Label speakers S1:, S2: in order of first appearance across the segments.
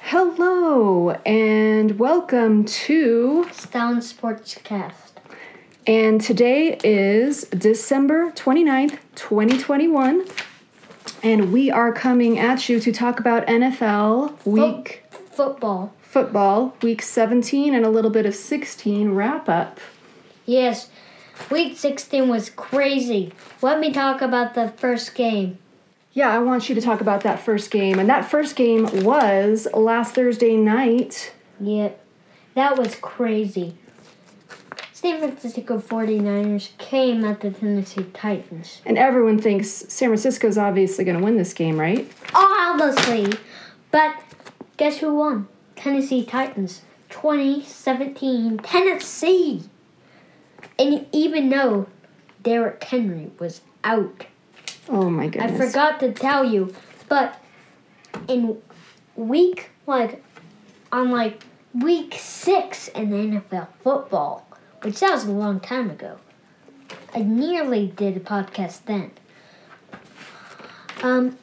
S1: Hello and welcome to.
S2: Stone Sportscast.
S1: And today is December 29th, 2021. And we are coming at you to talk about NFL week
S2: Football.
S1: football, week 17, and a little bit of 16 wrap up.
S2: Yes, week 16 was crazy. Let me talk about the first game.
S1: Yeah, I want you to talk about that first game. And that first game was last Thursday night.
S2: Yep, that was crazy. San Francisco 49ers came at the Tennessee Titans.
S1: And everyone thinks San Francisco's obviously going to win this game, right?
S2: Obviously. But guess who won? Tennessee Titans. 2017 Tennessee. And even though Derrick Henry was out.
S1: Oh my
S2: I
S1: goodness.
S2: forgot to tell you, but in week like on like week six in the NFL football, which that was a long time ago. I nearly did a podcast then. Um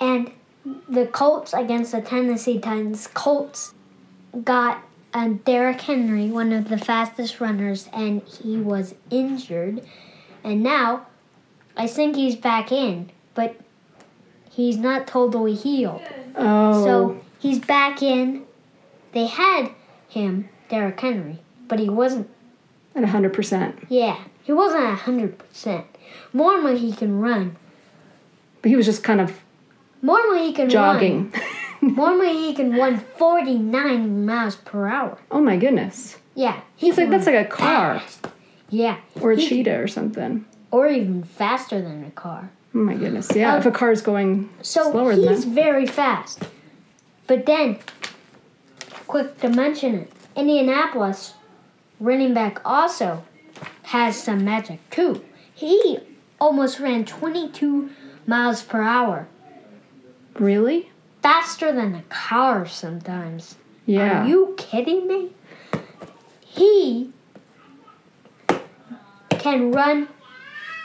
S2: and the Colts against the Tennessee Titans, Colts got um, Derrick Henry, one of the fastest runners, and he was injured. And now I think he's back in, but he's not totally healed.
S1: Oh.
S2: So he's back in. They had him, Derrick Henry, but he wasn't.
S1: At 100%.
S2: Yeah, he wasn't a hundred percent. Normally he can run.
S1: But he was just kind of
S2: Normally he can
S1: jogging.
S2: run. Normally he can run forty nine miles per hour.
S1: oh my goodness.
S2: Yeah, he's
S1: It's like that's like a
S2: Oh
S1: car
S2: yeah,
S1: or a
S2: he-
S1: cheetah or something.
S2: or even faster than a car.
S1: Oh my goodness. Yeah,
S2: Uh,
S1: if a car's going
S2: So
S1: slower than
S2: he's
S1: that.
S2: very fast. But then, quick to mention it, Indianapolis running back also has some magic too. He almost ran 22 miles per hour,
S1: Really?
S2: faster than a car sometimes.
S1: Yeah.
S2: Are you kidding me? He can run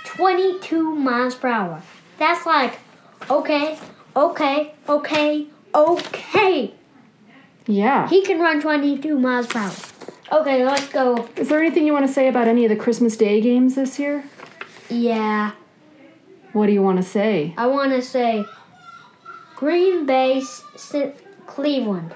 S2: 22 miles per hour. That's like, okay, okay, okay, okay.
S1: yeah.
S2: He can run 22 miles per hour. Okay, let's go.
S1: Is there anything you want to say about any of the Christmas Day games this year?
S2: Yeah,
S1: What do you want to say?
S2: I want to say Green Bay, s- s- Cleveland.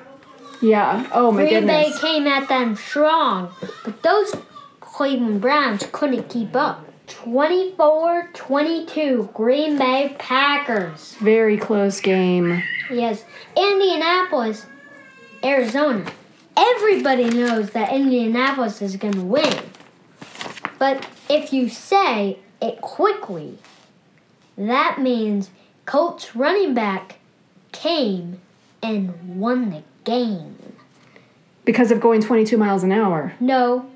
S1: Yeah. Oh my
S2: Green Bay
S1: goodness.
S2: came at them strong, but those Cleveland Browns couldn't keep up. 24 22, Green Bay Packers.
S1: Very close game.
S2: Yes, Indianapolis, Arizona. Everybody knows that Indianapolis is going to win. But if you say it quickly, that means Colts running back came and won the game.
S1: Because of going 22 miles an hour.
S2: No,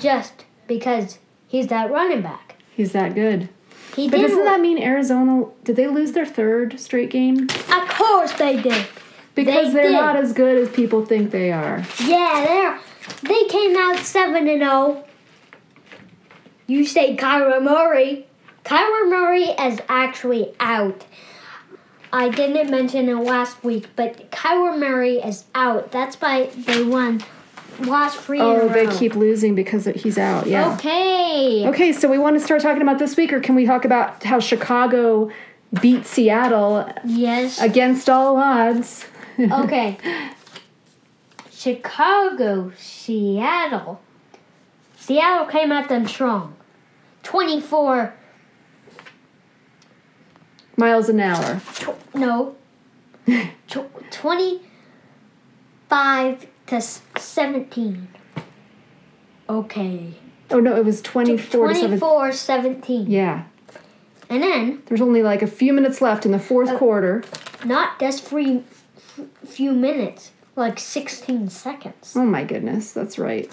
S2: just because he's that running back.
S1: He's that good.
S2: He
S1: But
S2: didn't.
S1: doesn't that mean Arizona did they lose their third straight game?
S2: of course they did.
S1: Because
S2: They
S1: are
S2: did.
S1: not as good as people think they are.
S2: Yeah, they they came out seven and zero. You say Kyra Murray. Kyra Murray is actually out. I didn't mention it last week, but Kyra Murray is out. That's why they won lost three in
S1: Oh,
S2: a
S1: they
S2: row.
S1: keep losing because he's out.
S2: Oh,
S1: Yeah.
S2: Okay.
S1: Okay, so we want to start talking about this week, or can we talk about how Chicago beat Seattle
S2: Yes.
S1: against all odds?
S2: Okay. Chicago, Seattle. Seattle came at them strong. 24,
S1: Miles an hour.
S2: tw- no, tw- 25 to s- 17. Okay.
S1: Oh no, it was 24 to 7.
S2: 24 17.
S1: Yeah.
S2: And then,
S1: There's only like a few minutes left in the
S2: Uh,
S1: fourth quarter.
S2: not just three f- few minutes, like 16 seconds.
S1: Oh my goodness, that's right.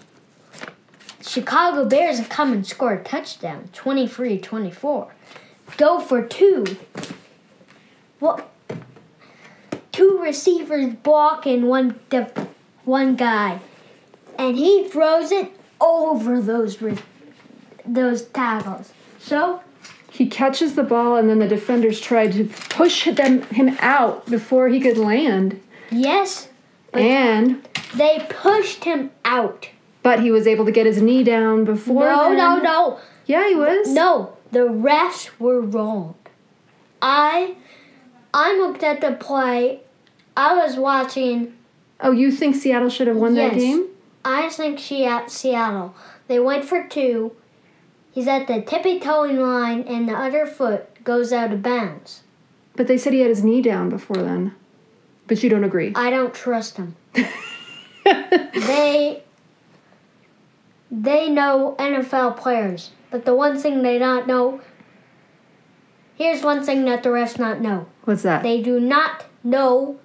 S2: Chicago Bears have come and scored a touchdown, 23-24. Go for two. What? Two receivers block and one def- one guy, and he throws it over those re- those tackles. So
S1: He catches the ball, and then the defenders tried to push them him out before he could land.
S2: Yes,
S1: and
S2: they pushed him out.
S1: but he was able to get his knee down before.
S2: No,
S1: then.
S2: no, no.
S1: Yeah, he was.
S2: No, the refs were wrong. I I looked at the play. I was watching.
S1: Oh, you think Seattle should have won that
S2: Yes.
S1: game?
S2: I think she at Seattle. They went for two. He's at the tippy toeing line, and the other foot goes out of bounds.
S1: But they said he had his knee down before then. But you don't agree.
S2: I don't trust him. They they know NFL players, but the one thing they don't know. Here's one thing that the refs not know.
S1: What's that?
S2: They do not know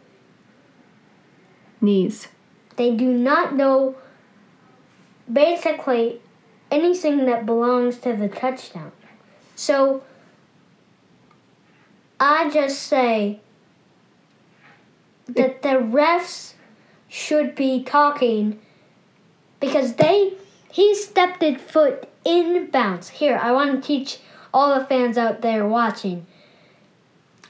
S1: Knees.
S2: They do not know basically anything that belongs to the touchdown. So I just say that the refs should be talking because they he stepped his foot in bounds. Here, I want to teach all the fans out there watching.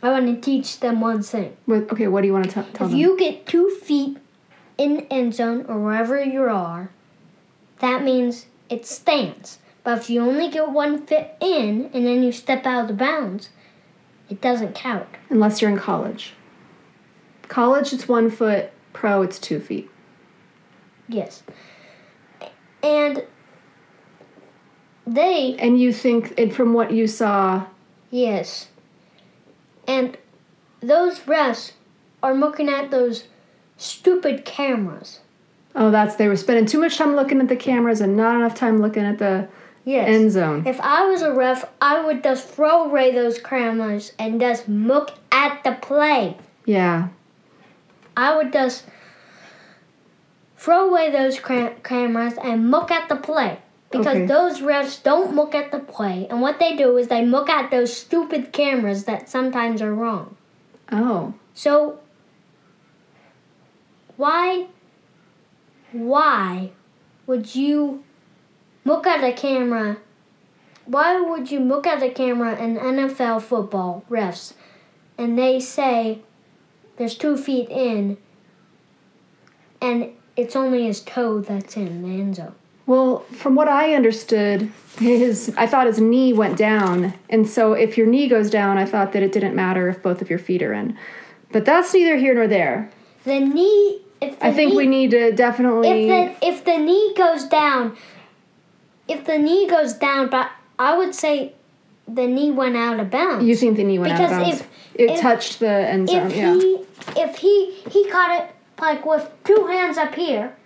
S2: I want to teach them one thing.
S1: What, okay, what do you want to tell, tell
S2: If
S1: them?
S2: you get two feet in the end zone or wherever you are, that means it stands. But if you only get one foot in and then you step out of bounds, it doesn't count.
S1: Unless you're in college. College, it's one foot. Pro, it's two feet.
S2: Yes. And they
S1: And you think, and from what you saw,
S2: Yes. And those refs are looking at those stupid cameras.
S1: oh, that's they were spending too much time looking at the cameras and not enough time looking at the
S2: Yes.
S1: end zone.
S2: If I was a ref, I would just throw away those cameras and just look at the play.
S1: Yeah,
S2: I would just throw away those cra- cameras and look at the play. Because
S1: Okay.
S2: those refs don't look at the play, and what they do is they look at those stupid cameras that sometimes are wrong.
S1: Oh,
S2: So, why, why would you look at a camera? Why would you look at a camera in NFL football refs, and they say there's two feet in, and it's only his toe that's in the end zone.
S1: well, from what I understood, his I thought his knee went down, and so if your knee goes down, I thought that it didn't matter if both of your feet are in. But that's neither here nor there.
S2: The knee. If the
S1: I think
S2: knee,
S1: we need to definitely.
S2: if the if the knee goes down, if the knee goes down, but I would say the knee went out of bounds.
S1: you think the knee went out of
S2: because
S1: bounds?
S2: if-
S1: it
S2: if-
S1: touched the end zone.
S2: if
S1: yeah.
S2: he if he he caught it like with two hands up here,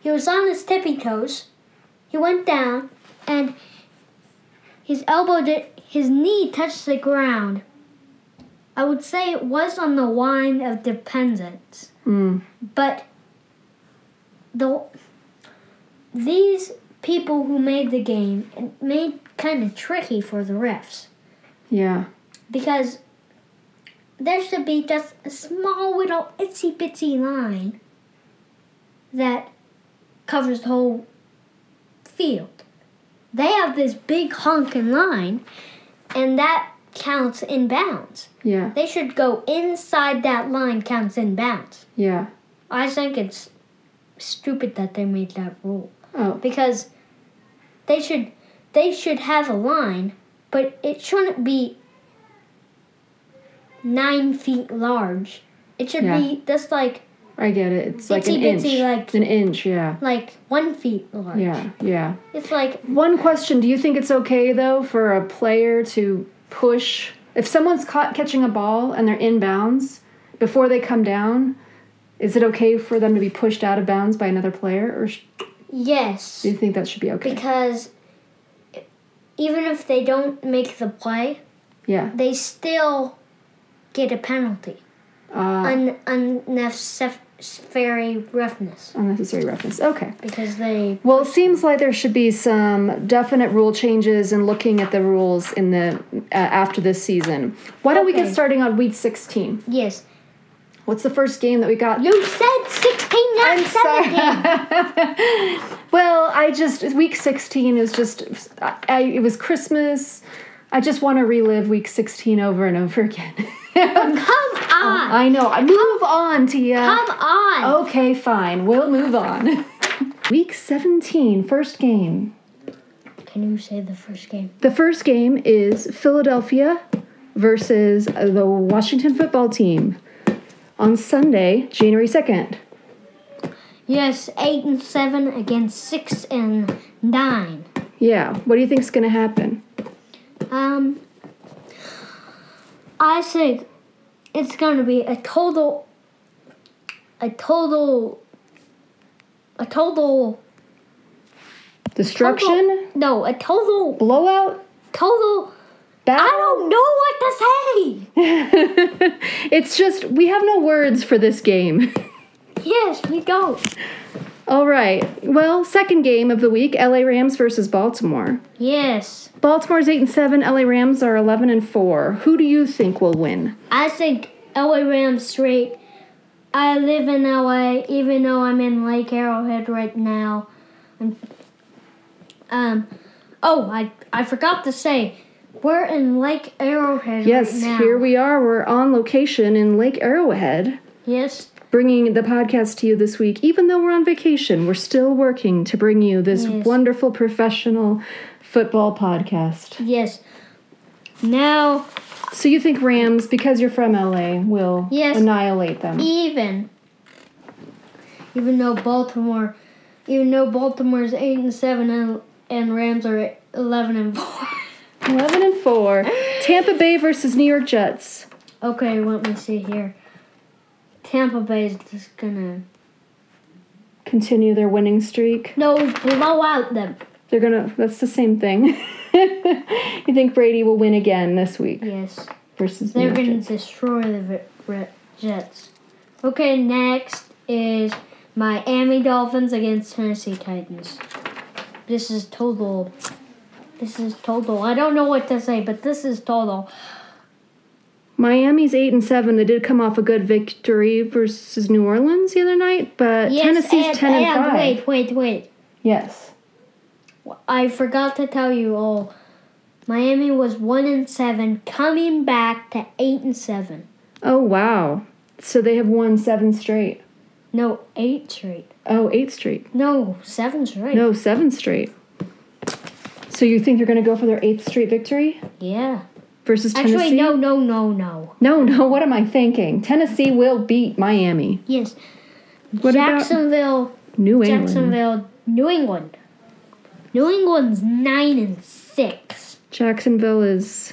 S2: he was on his tippy toes. He went down, and his elbow did his knee touched the ground. I would say it was on the line of dependence
S1: Mm.
S2: but the these people who made the game it made kind of tricky for the refs
S1: Yeah.
S2: because there should be just a small little itsy bitsy line that covers the whole field. They have this big honking line, and that counts in bounds.
S1: Yeah.
S2: They should go inside that line counts in bounds.
S1: Yeah.
S2: I think it's stupid that they made that rule
S1: Oh.
S2: because they should they should have a line, but it shouldn't be nine feet large. It should
S1: Yeah.
S2: be just like
S1: I get it. It's like an inch.
S2: Itsy-bitsy, like-
S1: an inch. Yeah.
S2: like one feet large.
S1: Yeah. Yeah.
S2: It's like
S1: One question: Do you think it's okay though for a player to push if someone's caught catching a ball and they're in bounds before they come down? Is it okay for them to be pushed out of bounds by another player, or sh-
S2: yes,
S1: do you think that should be okay?
S2: because even if they don't make the play,
S1: Yeah.
S2: they still get a penalty.
S1: Uh,
S2: Un- unnecessary roughness
S1: unnecessary reference. Okay.
S2: because they
S1: Well, it seems like there should be some definite rule changes in looking at the rules in the uh, after this season. Why don't we get
S2: Okay.
S1: starting on week 16?
S2: Yes.
S1: What's the first game that we got?
S2: You said 16, not
S1: I'm
S2: 17.
S1: sorry. well, I just week 16 is just I, I it was Christmas. I just want to relive week 16 over and over again.
S2: Come on.
S1: I know. I move on, Tia.
S2: Come on.
S1: Okay, fine. We'll move on. week 17, first game.
S2: Can you say the first game?
S1: The first game is Philadelphia versus the Washington football team on Sunday, January 2nd.
S2: Yes, eight and seven against six and nine.
S1: Yeah, what do you think's going to happen?
S2: Um, I think it's gonna be a total, a total, a total.
S1: Destruction?
S2: No, a total,
S1: Blowout?
S2: total.
S1: Battle?
S2: I don't know what to
S1: it's just, we have no words for this game.
S2: say. Yes, we go.
S1: All right. Well, second game of the week, LA Rams versus Baltimore.
S2: Yes,
S1: Baltimore's 8 and 7, LA Rams are 11 and 4. Who do you think will win?
S2: I think LA Rams straight. I live in LA, even though I'm in Lake Arrowhead right now. I'm, um, oh, I I forgot to say, we're in Lake Arrowhead
S1: Yes,
S2: right now.
S1: here we are. We're on location in Lake Arrowhead,
S2: Yes,
S1: bringing the podcast to you this week. Even though we're on vacation, we're still working to bring you this
S2: Yes.
S1: wonderful professional football podcast.
S2: yes. Now,
S1: So you think Rams because you're from LA will
S2: Yes.
S1: annihilate them?
S2: even, even though Baltimore, even though Baltimore's eight and seven and and Rams are eleven and four.
S1: 11 and 4. Tampa Bay versus New York Jets.
S2: Okay, let me see here. Tampa Bay is just gonna
S1: Continue their winning streak.
S2: no blow out them.
S1: They're gonna. That's the same thing. you think Brady will win again this week
S2: Yes,
S1: versus New
S2: they're
S1: York
S2: gonna
S1: Jets.
S2: destroy the Re- Re- Jets. Okay, next is Miami Dolphins against Tennessee Titans. This is total. This is total. I don't know what to say, but this is total.
S1: Miami's eight and seven. They did come off a good victory versus New Orleans the other night, but
S2: Yes,
S1: Tennessee's
S2: and,
S1: ten and,
S2: and
S1: five.
S2: wait, wait, wait.
S1: Yes,
S2: I forgot to tell you all. Miami was one and seven, coming back to eight and seven.
S1: Oh wow. So they have won seven straight.
S2: No, eight straight.
S1: Oh, eight straight.
S2: No, seven straight.
S1: No, seven straight. So you think they're gonna go for their eighth straight victory
S2: Yeah.
S1: versus Tennessee?
S2: Actually, no, no, no, no.
S1: No, no. What am I thinking? Tennessee will beat Miami.
S2: Yes.
S1: What
S2: Jacksonville,
S1: about New England?
S2: Jacksonville, New England. New England's nine and six.
S1: Jacksonville is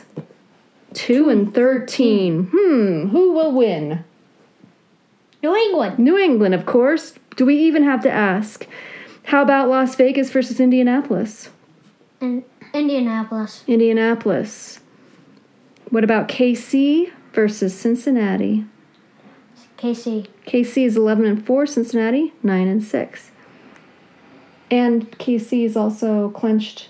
S1: two and thirteen. Hmm, who will win?
S2: New England.
S1: New England, of course. Do we even have to ask? How about Las Vegas versus Indianapolis?
S2: And Indianapolis.
S1: Indianapolis. What about KC versus Cincinnati?
S2: KC.
S1: KC is 11 and 4, Cincinnati 9 and 6. And KC is also clinched.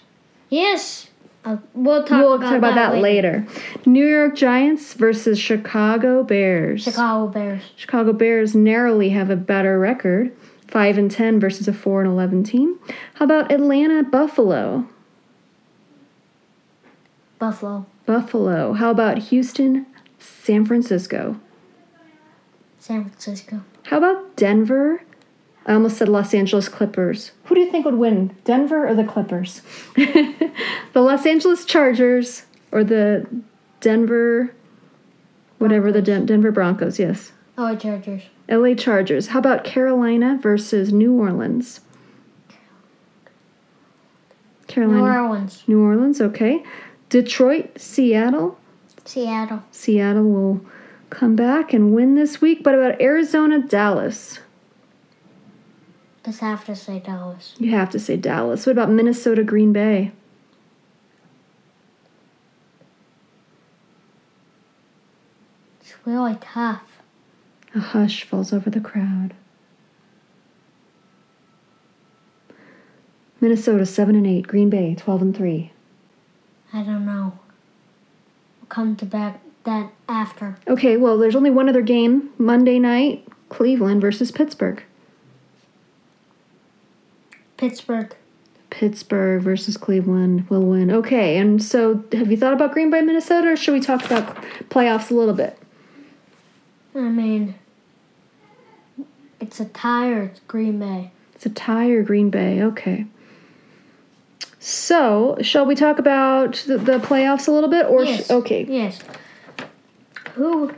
S2: Yes. Uh, we'll talk
S1: We'll
S2: about,
S1: talk about that later. New York Giants versus Chicago Bears.
S2: Chicago Bears.
S1: Chicago Bears narrowly have a better record, 5 and 10 versus a 4 and 11 team. How about Atlanta Buffalo?
S2: Buffalo.
S1: Buffalo. How about Houston San Francisco?
S2: San Francisco.
S1: How about Denver? I almost said Los Angeles Clippers. Who do you think would win, Denver or the Clippers? the Los Angeles Chargers or the Denver whatever the Den- Denver Broncos, yes.
S2: Oh, Chargers.
S1: LA Chargers. How about Carolina versus New Orleans?
S2: New
S1: Carolina.
S2: Orleans.
S1: New Orleans, okay. Detroit, Seattle.
S2: Seattle.
S1: Seattle will come back and win this week. But about Arizona, Dallas?
S2: Just have to say Dallas.
S1: You have to say Dallas. What about Minnesota, Green Bay?
S2: It's really tough.
S1: A hush falls over the crowd. Minnesota 7 and 8, Green Bay 12 and 3.
S2: I don't know. We'll come to back that after.
S1: Okay, well, there's only one other game Monday night Cleveland versus Pittsburgh.
S2: Pittsburgh.
S1: Pittsburgh versus Cleveland will win. Okay, and so have you thought about Green Bay, Minnesota, or should we talk about playoffs a little bit?
S2: I mean, it's a tie or it's Green Bay.
S1: It's a tie or Green Bay. Okay. So, shall we talk about the, the playoffs a little bit, or
S2: yes.
S1: sh- okay?
S2: Yes. Who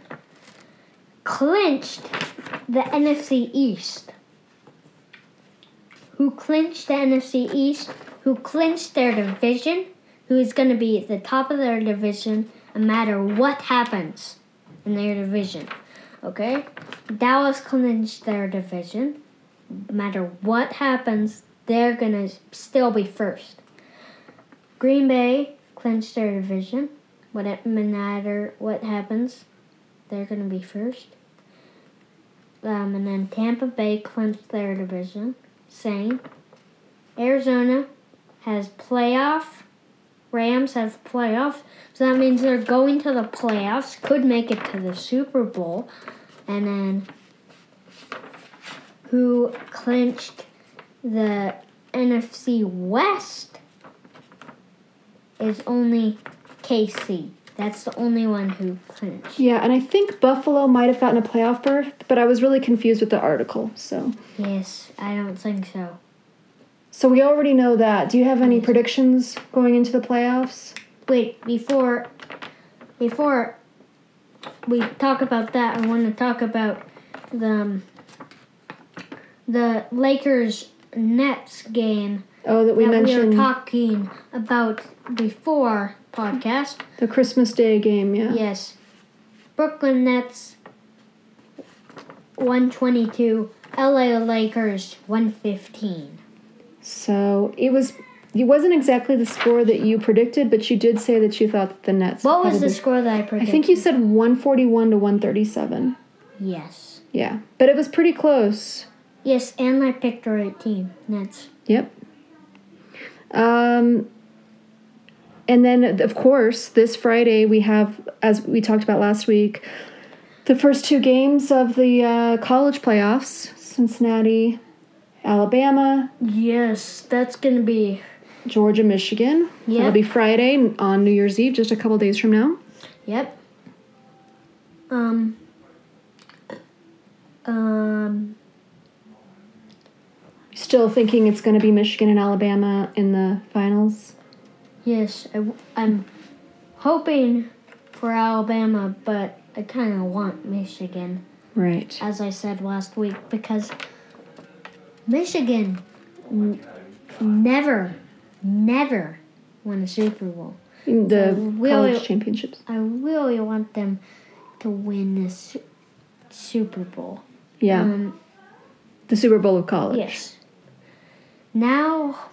S2: clinched the NFC East? Who clinched the NFC East? Who clinched their division? Who is going to be at the top of their division no matter what happens in their division? Okay? Dallas clinched their division. No matter what happens, they're going to still be first. Green Bay clinched their division what it no matter what happens, they're gonna be first. Um, and then Tampa Bay clinched their division, saying Arizona has playoff, Rams have playoff, so that means they're going to the playoffs, could make it to the Super Bowl, and then who clinched the NFC West is only KC. That's the only one who clinched.
S1: Yeah, and I think Buffalo might have gotten a playoff berth, but I was really confused with the article. So,
S2: Yes, I don't think so.
S1: so we already know that. Do you have any predictions going into the playoffs?
S2: Wait, before before we talk about that, I want to talk about the um, the Lakers Nets game
S1: Oh, that we
S2: that we
S1: mentioned
S2: were talking about before podcast.
S1: the Christmas Day game. Yeah.
S2: Yes. Brooklyn Nets 122, LA Lakers 115.
S1: So it was. It wasn't exactly the score that you predicted, but you did say that you thought that the Nets.
S2: What was the
S1: probably-
S2: score that I
S1: I
S2: predicted?
S1: think you said 141 to 137.
S2: Yes.
S1: Yeah, but it was pretty close.
S2: Yes, and I picked the right team. That's
S1: Yep. Um, and then, of course, this Friday we have, as we talked about last week, the first two games of the uh, college playoffs: Cincinnati, Alabama,
S2: yes. That's gonna be
S1: Georgia, Michigan. That'll
S2: Yep.
S1: be Friday on New Year's Eve, just a couple days from now.
S2: yep. Um. Um.
S1: Still thinking it's going to be Michigan and Alabama in the finals.
S2: Yes, I, am hoping for Alabama, but I kind of want Michigan,
S1: Right.
S2: as I said last week, because Michigan n- never, never won a Super Bowl.
S1: In the
S2: Will-
S1: college championships.
S2: I really want them to win this Super Bowl.
S1: Yeah.
S2: Um,
S1: the Super Bowl of college.
S2: yes. Now,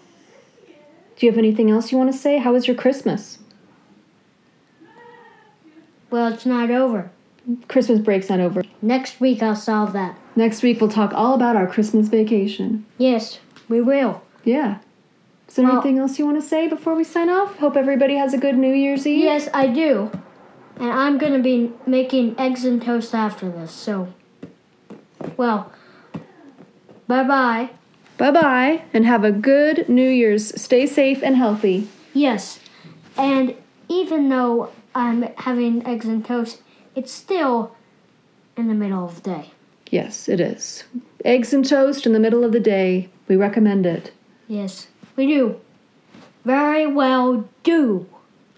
S1: Do you have anything else you want to say? How was your Christmas?
S2: well, it's not over.
S1: Christmas break's not over.
S2: Next week I'll solve that.
S1: Next week we'll talk all about our Christmas vacation.
S2: Yes, we will.
S1: Yeah. Is there
S2: Well-
S1: anything else you want to say before we sign off? Hope everybody has a good New Year's Eve.
S2: Yes, I do. And I'm gonna be making eggs and toast after this, so. Well, bye bye.
S1: Bye bye and have a good New Year's. Stay safe and healthy.
S2: Yes, and even though I'm having eggs and toast, it's still in the middle of the day.
S1: Yes, it is. Eggs and toast in the middle of the day. We recommend it.
S2: Yes, we do. Very well, do.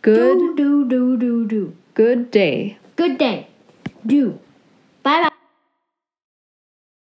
S1: Good,
S2: Do, do, do, do, do.
S1: good day.
S2: Good day. Do.